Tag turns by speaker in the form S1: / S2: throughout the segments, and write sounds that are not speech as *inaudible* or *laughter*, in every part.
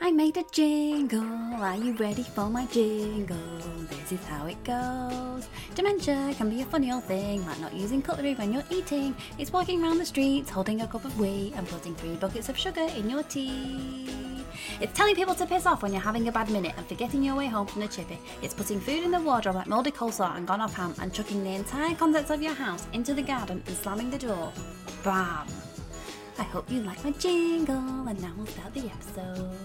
S1: I made a jingle. Are you ready for my jingle? This is how it goes. Dementia can be a funny old thing, like not using cutlery when you're eating. It's walking around the streets holding a cup of wheat and putting three buckets of sugar in your tea. It's telling people to piss off when you're having a bad minute and forgetting your way home from the chippy. It's putting food in the wardrobe like mouldy coleslaw and gone off ham and chucking the entire contents of your house into the garden and slamming the door. Bam! I hope you like my jingle, and now we'll start the episode.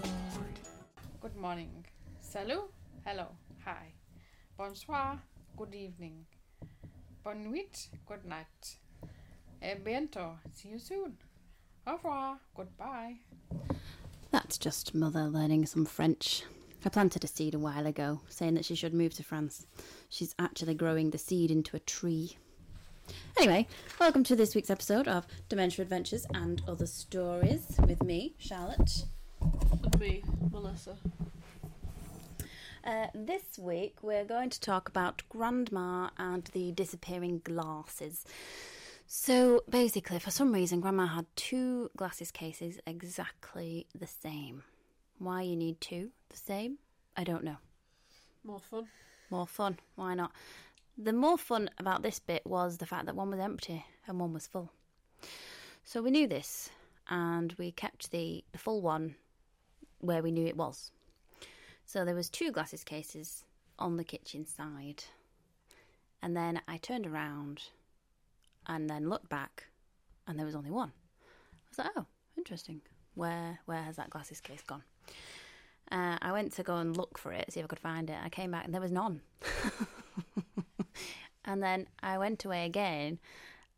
S2: Good morning. Salut. Hello. Hi. Bonsoir. Good evening. Bonne nuit. Good night. A bientôt. See you soon. Au revoir. Goodbye.
S1: That's just mother learning some French. I planted a seed a while ago, saying that she should move to France. She's actually growing the seed into a tree. Anyway, welcome to this week's episode of Dementia Adventures and Other Stories with me, Charlotte.
S3: And me, Melissa.
S1: Uh, this week we're going to talk about Grandma and the disappearing glasses. So basically, for some reason, Grandma had two glasses cases exactly the same. Why you need two the same? I don't know.
S3: More fun.
S1: More fun, why not? The more fun about this bit was the fact that one was empty and one was full. So we knew this and we kept the, the full one where we knew it was. So there was two glasses cases on the kitchen side. And then I turned around and then looked back and there was only one. I was like, oh, interesting. Where where has that glasses case gone? Uh, I went to go and look for it, see if I could find it. I came back and there was none. *laughs* and then I went away again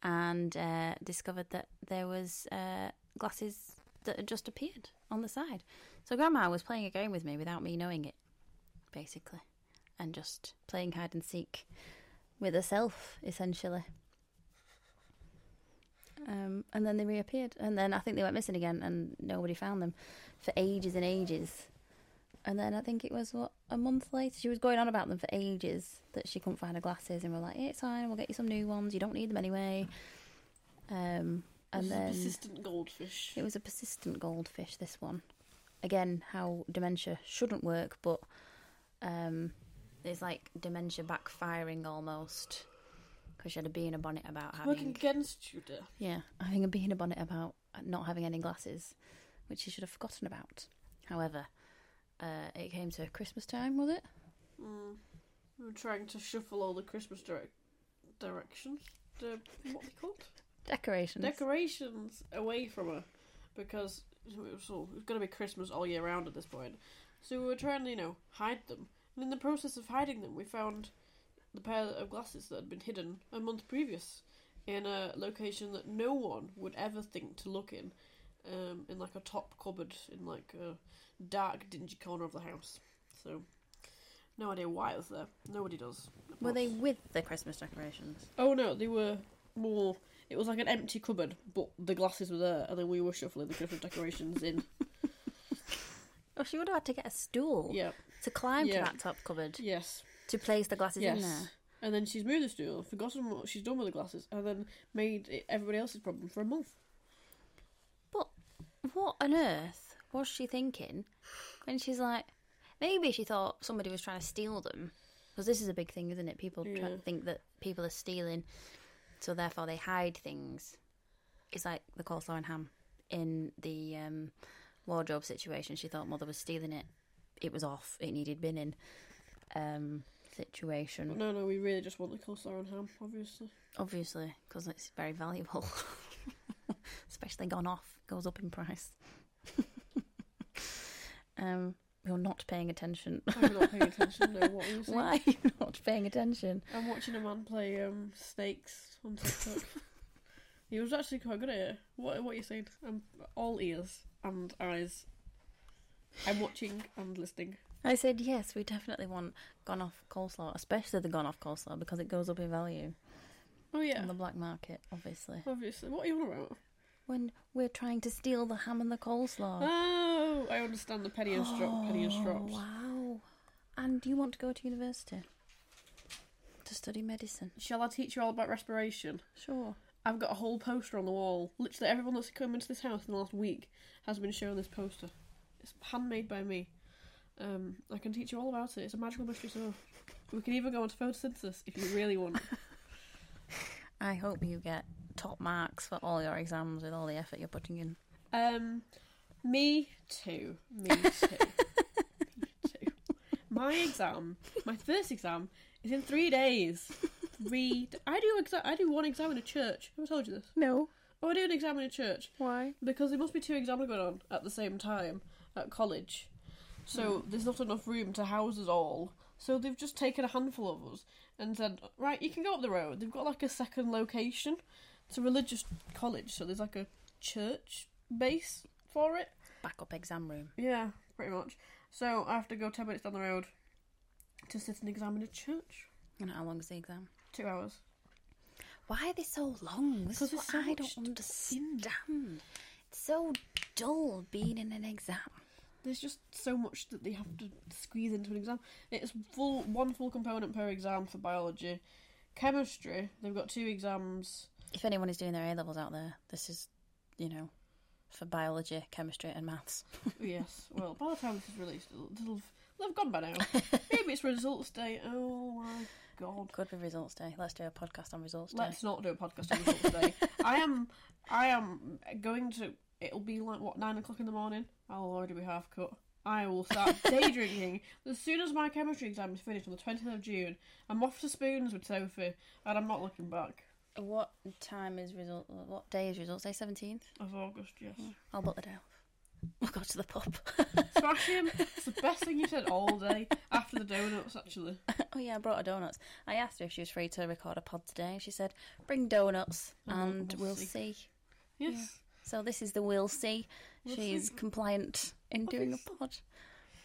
S1: and uh, discovered that there was uh, glasses that had just appeared on the side. So Grandma was playing a game with me without me knowing it, basically, and just playing hide and seek with herself, essentially. Um, and then they reappeared, and then I think they went missing again, and nobody found them for ages and ages. And then I think it was what a month later she was going on about them for ages that she couldn't find her glasses, and we're like, "It's fine, we'll get you some new ones. You don't need them anyway." Um, and
S3: This is a
S1: then
S3: persistent goldfish.
S1: it was a persistent goldfish. This one, again, how dementia shouldn't work, but um, it's like dementia backfiring almost because she had a bee in a bonnet about having
S3: Working against you, dear.
S1: yeah, having a bee in a bonnet about not having any glasses, which she should have forgotten about. However, uh, it came to Christmas time, was it?
S3: Mm. We were trying to shuffle all the Christmas direc- directions. The, what are they called?
S1: Decorations.
S3: Decorations away from her. Because it was, all, it was going to be Christmas all year round at this point. So we were trying to, you know, hide them. And in the process of hiding them, we found the pair of glasses that had been hidden a month previous in a location that no one would ever think to look in. Um, in like a top cupboard in like a dark, dingy corner of the house. So, no idea why it was there. Nobody does. of
S1: Were they
S3: course.
S1: with the Christmas decorations?
S3: Oh no, they were more. It was like an empty cupboard, but the glasses were there, and then we were shuffling the Christmas
S1: *laughs*
S3: decorations in.
S1: Oh, she would have had to get a stool
S3: Yeah.
S1: to climb to
S3: Yeah.
S1: that top cupboard
S3: Yes.
S1: to place the glasses in there.
S3: Yes. And then she's moved the stool, forgotten what she's done with the glasses, and then made it everybody else's problem for a month.
S1: But what on earth was she thinking when she's like, maybe she thought somebody was trying to steal them? Because this is a big thing, isn't it? People try
S3: Yeah.
S1: to think that people are stealing, so therefore they hide things. It's like the coleslaw and ham in the um, wardrobe situation. She thought mother was stealing it. It was off. It needed binning. Um,
S3: But
S1: situation
S3: no, no, we really just want the coleslaw and ham, obviously.
S1: obviously because it's very valuable, *laughs* especially gone off goes up in price. *laughs* um, you're not paying attention. *laughs*
S3: I'm not paying attention. No, what were you saying?
S1: Why are you not paying attention?
S3: I'm watching a man play um, snakes on
S1: *laughs*
S3: TikTok. he was actually quite good at it. What What are you saying? I'm all ears and eyes. I'm watching and listening.
S1: I said yes. We definitely want gone off coleslaw, especially the gone off coleslaw because it goes up in value
S3: Oh yeah,
S1: on the black market, obviously.
S3: obviously. What are you on about?
S1: When we're trying to steal the ham and the coleslaw.
S3: Oh, I understand the penny and strop, penny and strops.
S1: wow! And you want to go to university to study medicine?
S3: Shall I teach you all about respiration?
S1: Sure.
S3: I've got a whole poster on the wall. Literally everyone that's come into this house in the last week has been shown this poster. It's handmade by me. Um, I can teach you all about it. It's a magical mystery soap. We can even go on to photosynthesis if you really want.
S1: I hope you get top marks for all your exams with all the effort you're putting in.
S3: Um, me too. Me too. me too. My exam, my first exam, is in three days. Three. d- I do exa- I do one exam in a church. Who told you this?
S1: No.
S3: Oh, I do an exam in a church
S1: Why?
S3: because there must be two exams going on at the same time at college. So there's not enough room to house us all. So they've just taken a handful of us and said, right, you can go up the road. They've got like a second location. It's a religious college, so there's like a church base for it.
S1: Backup exam room.
S3: Yeah, pretty much. So I have to go 10 minutes down the road to sit and examine a church.
S1: And how long's the exam?
S3: Two hours.
S1: Why are they so long? This is
S3: 'Cause there's
S1: what
S3: so
S1: I
S3: much
S1: don't
S3: to in.
S1: understand. It's so dull being in an exam.
S3: There's just so much that they have to squeeze into an exam. It's full one full component per exam for biology. Chemistry, they've got two exams.
S1: If anyone is doing their A levels out there, this is, you know, for biology, chemistry, and maths.
S3: yes, well, by the time this is released, it'll, it'll, have- they'll have gone by now. Maybe it's results day. Oh my god.
S1: Could be results day. Let's do a podcast on results day.
S3: Let's not do a podcast on results day. I am, I am going to. It'll be like what nine o'clock in the morning. I'll already be half cut. I
S1: *laughs*
S3: will start day drinking as soon as my chemistry exam is finished on the twentieth of June. I'm off to spoons with Sophie, and I'm not looking back.
S1: What time is result? What day is results day? Seventeenth.
S3: Of August, yes.
S1: I'll book the day off. We'll go to the pub. *laughs*
S3: Smash him. It's the best thing you said all day after the donuts.
S1: *laughs*
S3: Actually,
S1: oh yeah, I brought her donuts. I asked her if she was free to record a pod today, and she said, "Bring donuts,
S3: And Oh, we'll-
S1: and
S3: we'll
S1: we'll see."
S3: yes.
S1: So this is the we'll see.
S3: We'll
S1: she is
S3: see.
S1: compliant in doing a
S3: Obvious.
S1: pod.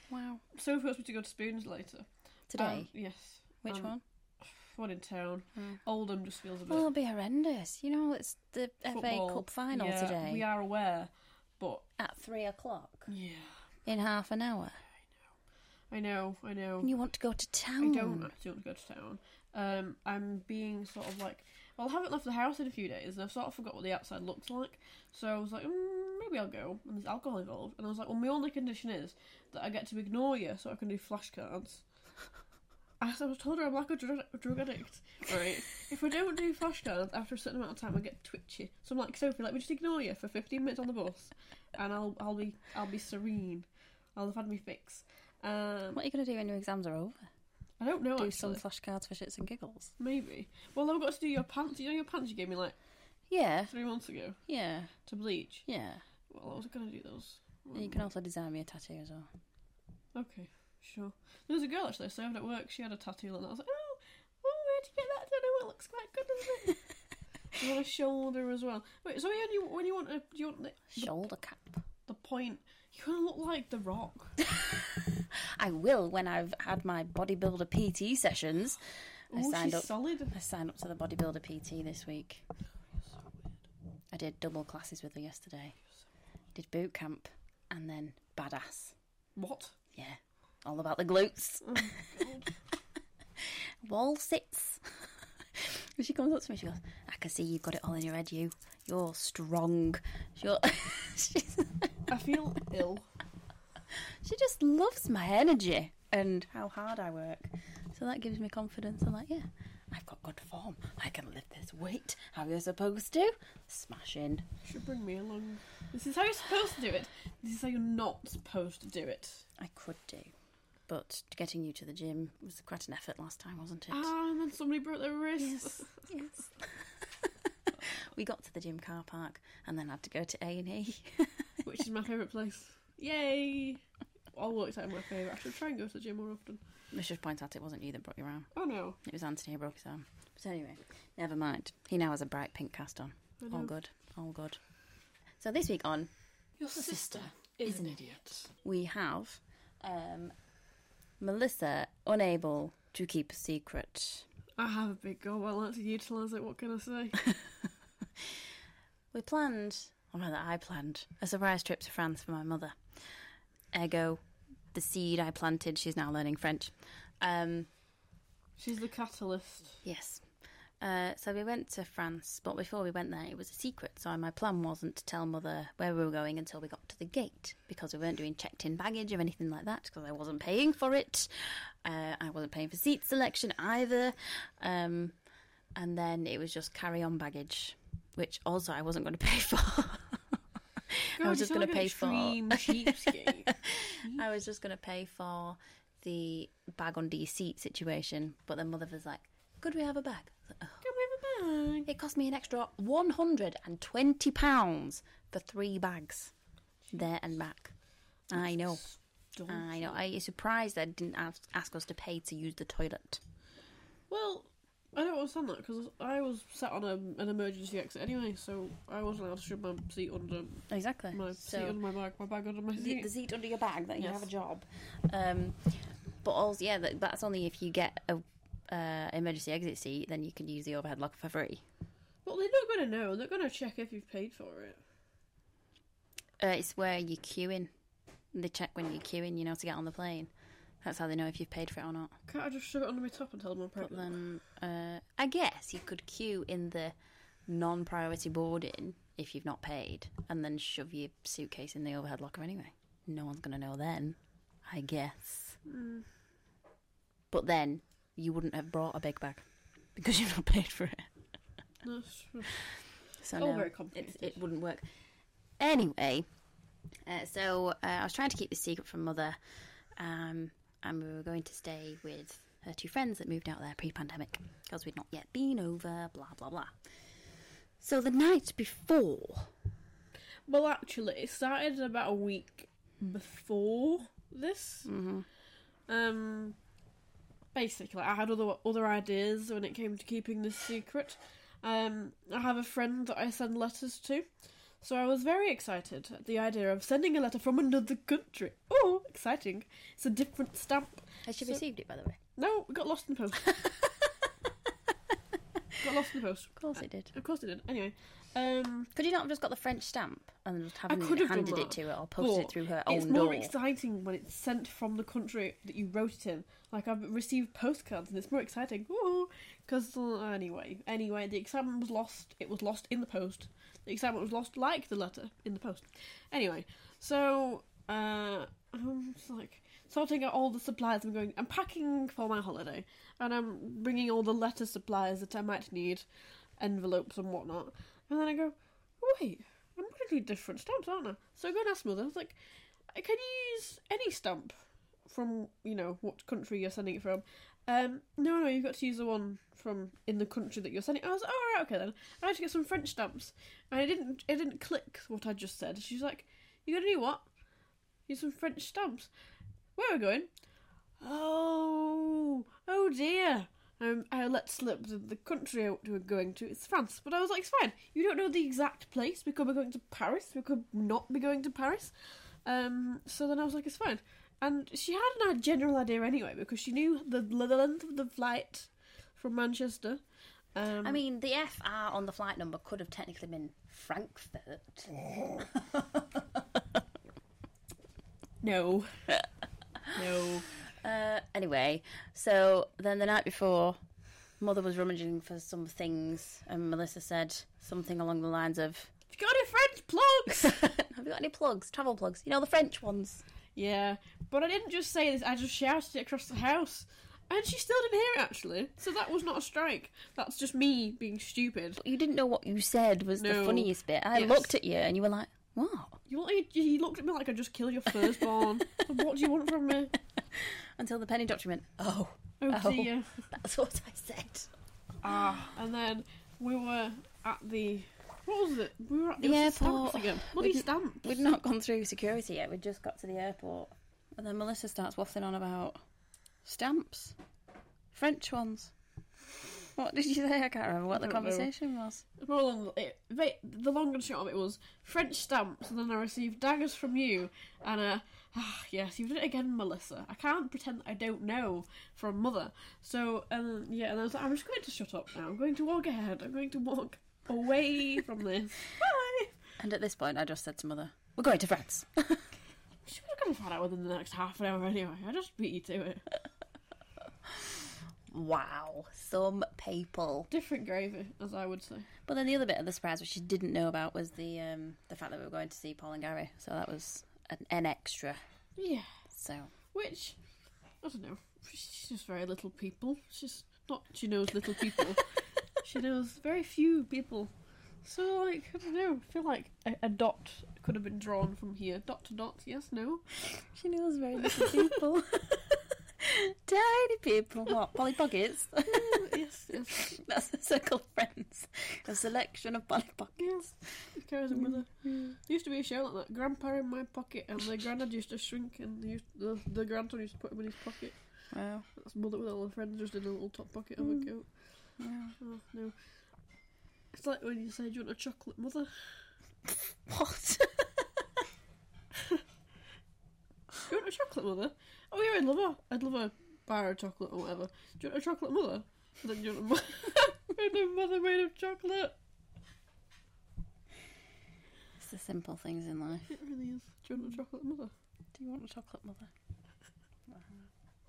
S1: Wow.
S3: Sophie wants me to go to spoons later.
S1: Today,
S3: Um, yes.
S1: which
S3: um,
S1: one?
S3: One in town.
S1: Mm.
S3: Oldham just feels a bit.
S1: Well, it'll be horrendous. You know, it's the
S3: football.
S1: FA Cup final
S3: yeah,
S1: today
S3: We are aware, but
S1: at three o'clock
S3: yeah,
S1: in half an hour.
S3: I know, I know.
S1: And you want to go to
S3: I
S1: town?
S3: don't actually want to go to town. Um, I'm being sort of like, well, I haven't left the house in a few days, and I've sort of forgot what the outside looks like. So I was like, mm, maybe I'll go, and there's alcohol involved. And I was like, well, my only condition is that I get to ignore you, so I can do flashcards.
S1: *laughs*
S3: I s- I was told her I'm like a drug, drug addict, right? if I don't do flashcards after a certain amount of time, I get twitchy. So I'm like, Sophie, let me just ignore you for 15 minutes on the bus, and I'll I'll be I'll be serene. I'll have had me fix. Um,
S1: What are you going to do when your exams are over?
S3: I don't know.
S1: do
S3: Oh,
S1: some
S3: actually.
S1: flashcards for shits and giggles.
S3: Maybe. Well, I've got to do your pants. You know your pants you gave me like
S1: Yeah,
S3: three months ago
S1: yeah,
S3: to bleach.
S1: yeah.
S3: Well, I was gonna do those.
S1: And
S3: Mm.
S1: you can also design me a tattoo as well.
S3: Okay, sure. There was a girl actually I served at work. She had a tattoo and I was like, oh, oh, where'd you get that? I don't know. It looks quite good, doesn't
S1: *laughs*
S3: it? you want a shoulder as well. Wait, so when you when you want a, you want the,
S1: Shoulder cap.
S3: the point, you want to look like the Rock.
S1: I will when I've had my bodybuilder PT sessions. I
S3: Oh,
S1: signed
S3: she's
S1: up.
S3: solid.
S1: I signed up to the bodybuilder PT this week. I did double classes with her yesterday. Did boot camp and then badass.
S3: What?
S1: Yeah, all about the glutes. *laughs*
S3: Oh, God.
S1: Wall sits. *laughs* And she comes up to me. She goes, "I can see you've got it all in your head. You, you're strong. You're." she's
S3: I
S1: *laughs*
S3: feel ill.
S1: She just loves my energy and how hard I work. So that gives me confidence. I'm like, yeah, I've got good form. I can lift this weight. How you're supposed to? Smash in.
S3: Should bring me along. This is how you're supposed to do it. This is how you're not supposed to do it.
S1: I could do. But getting you to the gym was quite an effort last time, wasn't it? *laughs*
S3: Ah, and then somebody broke their wrist.
S1: Yes. yes. we got to the gym car park and E. then had to go to *laughs* A&E.
S3: *laughs* which is my favourite place. Yay! All works out in my favour. I should try and go to the gym more often.
S1: Let's just point out it wasn't you that broke your arm.
S3: Oh no.
S1: It was Anthony who broke his arm. But anyway, never mind. He now has a bright pink cast on.
S3: I
S1: All
S3: know.
S1: good. All good. So this week on
S3: Your sister is
S1: is an
S3: an idiot.
S1: we have um, Melissa unable to keep a secret.
S3: I have a big goal. I like to utilise it. What can
S1: *laughs*
S3: I say?
S1: We planned, or rather, I planned a surprise trip to France for my mother. Ergo, the seed I planted, she's now learning French. Um,
S3: She's the catalyst.
S1: yes. Uh, so we went to France, but before we went there, it was a secret. So my plan wasn't to tell mother where we were going until we got to the gate because we weren't doing checked-in baggage or anything like that because I wasn't paying for it. Uh, I wasn't paying for seat selection either, um, and then it was just carry-on baggage, which also I wasn't going to *laughs* pay for. I
S3: God,
S1: was
S3: you
S1: just
S3: sound
S1: going to
S3: like
S1: pay
S3: an
S1: for. *laughs*
S3: extreme cheapskate.
S1: I was just going to pay for the bag on D seat situation, but then mother was like, "Could we have a bag?" I was like, "Ugh."
S3: Can we have a bag?
S1: It cost me an extra one hundred and twenty pounds for three bags, there and back. I know,
S3: Don't-
S1: I know. I'm surprised they didn't ask, ask us to pay to use the toilet.
S3: Well, I don't understand that because I was sat on a, an emergency exit anyway, so I wasn't allowed to shove my seat under
S1: Exactly.
S3: my seat
S1: So
S3: under my bag, my bag under my
S1: the,
S3: seat.
S1: the seat under your bag that you
S3: Yes.
S1: have a job. Um, but also, yeah, that, that's only if you get a uh, emergency exit seat, then you can use the overhead locker for free.
S3: Well, they're not going to know. They're going to check if you've paid for it.
S1: Uh, it's where you're queuing. They check when you're queuing, you know, to get on the plane. That's how they know if you've paid for it or not.
S3: Can't I just shove it under my top and tell them I'm
S1: But
S3: pregnant?
S1: then, uh, I guess you could queue in the non-priority boarding if you've not paid, and then shove your suitcase in the overhead locker anyway. No one's gonna know then, I guess. But then you wouldn't have brought a big bag because you've not paid for it.
S3: That's true.
S1: So
S3: All
S1: no,
S3: very
S1: it,
S3: complicated.
S1: it wouldn't work. Anyway, uh, so uh, I was trying to keep this secret from mother, um, and we were going to stay with her two friends that moved out there pre-pandemic because we'd not yet been over. Blah blah blah. So the night before,
S3: Well, actually, it started about a week before this. Um, basically, I had other other ideas when it came to keeping this secret. Um, I have a friend that I send letters to, so I was very excited at the idea of sending a letter from another country. Oh, exciting! It's a different stamp.
S1: has she
S3: So-
S1: received it by the way?
S3: No, it got lost in the post. got lost in the post.
S1: Of course it did.
S3: Of course it did. Anyway, um,
S1: Could you not have just got the French stamp and just have
S3: could have done
S1: handed it
S3: that,
S1: to her or posted it
S3: but
S1: through her
S3: It's
S1: own
S3: more
S1: door?
S3: exciting when it's sent from the country that you wrote it in. Like I've received postcards, and it's more exciting. Because anyway, anyway, the excitement was lost. It was lost in the post. The excitement was lost, like the letter in the post. Anyway, so uh, I'm just like sorting out all the supplies. I'm going. I'm packing for my holiday, and I'm bringing all the letter supplies that I might need, envelopes and whatnot. And then I go, wait. I'm going to need different stamps, aren't I? So I go and ask mother. I was like, I can use any stamp from you know what country you're sending it from. Um, no, no, you've got to use the one from in the country that you're sending. I was like, oh, right, okay then. I had to get some French stamps, and I didn't. It didn't click what I just said. She's like, you got to do what? Use some French stamps. Where are we going? Oh, oh dear. Um, I let slip the, the country we were going to. It's France. But I was like, it's fine. You don't know the exact place. We could be going to Paris. We could not be going to Paris. Um, so then I was like, it's fine. And she had a general idea anyway because she knew the, the length of the flight from Manchester. Um,
S1: I mean, the FR on the flight number could have technically been Frankfurt. *laughs*
S3: no. no.
S1: Uh, anyway, so then the night before, mother was rummaging for some things, and Melissa said something along the lines of, *laughs*
S3: Have you got any French plugs? *laughs*
S1: "Have you got any plugs? Travel plugs? You know the French ones."
S3: Yeah, but I didn't just say this, I just shouted it across the house. And she still didn't hear it, actually. So that was not a strike. That's just me being stupid.
S1: But you didn't know what you said was the
S3: No.
S1: funniest bit. I
S3: Yes.
S1: looked at you, and you were like, "What?"
S3: You, look- you- you looked at me like I'd just kill your *laughs* firstborn. what do you want from me?
S1: Until the penny document. Oh,
S3: Oh,
S1: Oh.
S3: dear.
S1: that's *laughs* what I said.
S3: Ah, and then we were at the. What was it? We were at the
S1: The
S3: stamps
S1: airport.
S3: again. Bloody
S1: We'd-
S3: stamps.
S1: We'd not gone through security yet. We'd just got to the airport, and then Melissa starts waffling on about stamps, French ones. What did you say? I can't remember what the
S3: I don't know.
S1: conversation was.
S3: Well, um, it, va- the long and short of it was French stamps, and then I received daggers from you, and uh, ah, yes, you did it again, Melissa. I can't pretend that I don't know from mother. So, um, yeah, and I was like, I'm just going to shut up now. I'm going to walk ahead. I'm going to walk away from this. *laughs* Bye.
S1: And at this point, I just said to mother, "We're going to France." *laughs*
S3: She would have gone to find out within the next half an hour anyway. I just beat you to it.
S1: Wow, some people.
S3: Different gravy, as I would say.
S1: But then the other bit of the surprise, which she didn't know about, was the um, the fact that we were going to see Paul and Gary. So that was an, an extra.
S3: Yeah.
S1: So
S3: Which, I don't know. She's just very little people. She's not. She knows little people. she knows very few people. So like I don't know. I feel like a, a dot could have been drawn from here. Dot to dot. Yes. No. *laughs*
S1: she knows very little *laughs* people. Tiny people. What? Polly Pockets?
S3: yes. Yes.
S1: *laughs* That's the circle of friends. A selection of Polly Pockets.
S3: Yes. She carries them with her. Used to be a show like that. Grandpa in my pocket, and the granddad used to shrink, and he used, the the grandson used to put him in his pocket.
S1: Wow.
S3: That's mother with all her friends just in a little top pocket of
S1: Mm.
S3: a coat.
S1: wow.
S3: Oh no. It's like when you say, Do you want a chocolate mother?
S1: What?
S3: Do *laughs* you want a chocolate mother? Oh yeah, I'd love a I'd love a bar of chocolate or whatever. Do you want a chocolate mother? And then do you want a, mo- *laughs* and a mother made of chocolate?
S1: It's the simple things in life.
S3: It really is. Do you want a chocolate mother?
S1: Do you want a chocolate mother?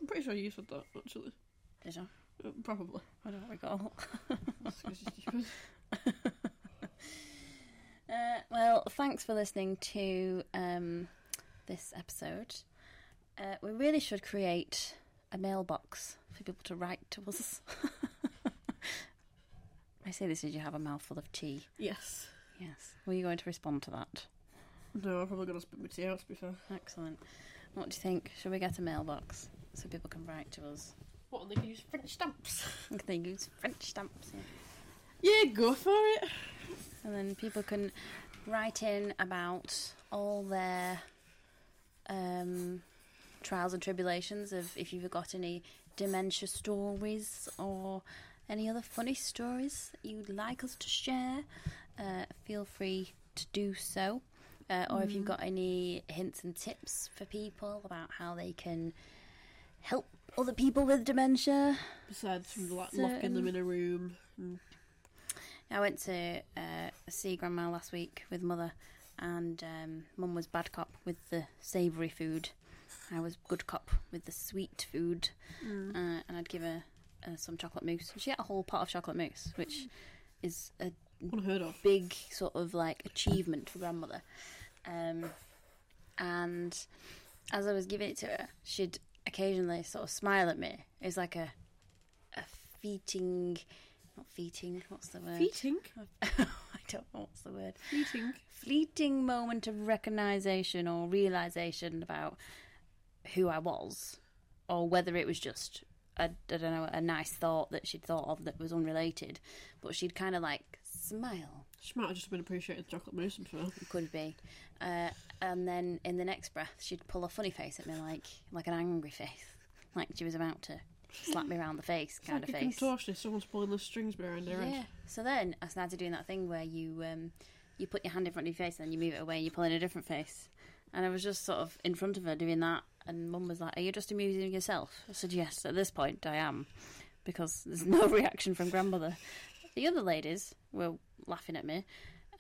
S3: I'm pretty sure you said that actually.
S1: Did I?
S3: Uh, *laughs* probably.
S1: I don't recall.
S3: That's 'cause you're stupid.
S1: Uh, well, thanks for listening to um, this episode. Uh, we really should create a mailbox for people to write to us. *laughs* I say this as you have a mouthful of tea.
S3: yes.
S1: Yes. Were you going to respond to that?
S3: No, I'm probably gonna spit my tea out to be fair.
S1: Excellent. What do you think? Should we get a mailbox so people can write to us? *laughs*
S3: What they can use French stamps.
S1: They use French stamps. yeah.
S3: Yeah, go for it.
S1: And then people can write in about all their um, trials and tribulations of if you've got any dementia stories or any other funny stories that you'd like us to share. Uh, feel free to do so. Uh, or if you've got any hints and tips for people about how they can help other people with dementia,
S3: Besides from like locking them in a room and
S1: I went to uh, see Grandma last week with Mother, and um, Mum was bad cop with the savoury food. I was good cop with the sweet food, uh, and I'd give her uh, some chocolate mousse. She ate a whole pot of chocolate mousse, which is a
S3: unheard of.
S1: big sort of like achievement for grandmother. Um, and as I was giving it to her, she'd occasionally sort of smile at me. It was like a a feeting, not feeting. What's the word?
S3: Feeting.
S1: *laughs* I don't know what's the word.
S3: Feeting.
S1: Fleeting moment of recognition or realization about who I was, or whether it was just a, I don't know a nice thought that she'd thought of that was unrelated, but she'd kind of like smile.
S3: She might have just been appreciating the chocolate mousse, I'm sure.
S1: It could be, uh, and then in the next breath she'd pull a funny face at me, like like an angry face, like she was about to slap me round the face kind
S3: like
S1: of
S3: a
S1: face.
S3: contortionist, someone's pulling the strings behind their
S1: Yeah.
S3: head.
S1: So then I started doing that thing where you um, you put your hand in front of your face and then you move it away and you pull in a different face. And I was just sort of in front of her doing that, and Mum was like, "Are you just amusing yourself?" I said, "Yes." At this point, I am, because there's no *laughs* reaction from grandmother. The other ladies were laughing at me,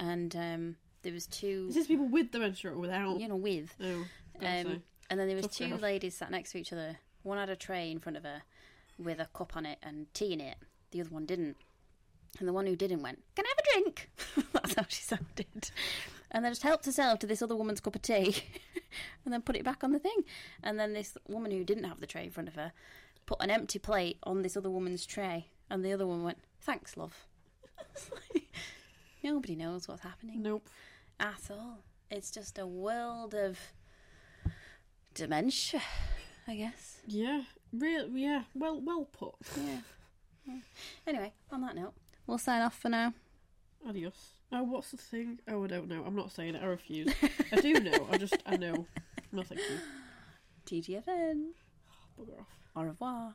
S1: and um, there was two,
S3: Is this people with dementia or without?
S1: you know, with
S3: No. don't
S1: um,
S3: say.
S1: and then there was
S3: Tough
S1: two
S3: crowd.
S1: ladies sat next to each other. One had a tray in front of her with a cup on it and tea in it. The other one didn't. And the one who didn't went, "Can I have a drink?" *laughs* That's how she sounded. And then just helped herself to this other woman's cup of tea, *laughs* and then put it back on the thing. And then this woman who didn't have the tray in front of her put an empty plate on this other woman's tray, and the other one went, "Thanks, love." *laughs* It's like, Nobody knows what's happening
S3: Nope.
S1: at all. It's just a world of dementia, I guess.
S3: Yeah. Real. Yeah. Well. Well put.
S1: Yeah. Yeah. Anyway, on that note, we'll sign off for now.
S3: Adios. Oh, what's the thing? Oh, I don't know. I'm not saying it. I refuse. I do know. I just.
S1: *laughs*
S3: I know. No, thank you.
S1: TGFN.
S3: Bugger off.
S1: Au revoir.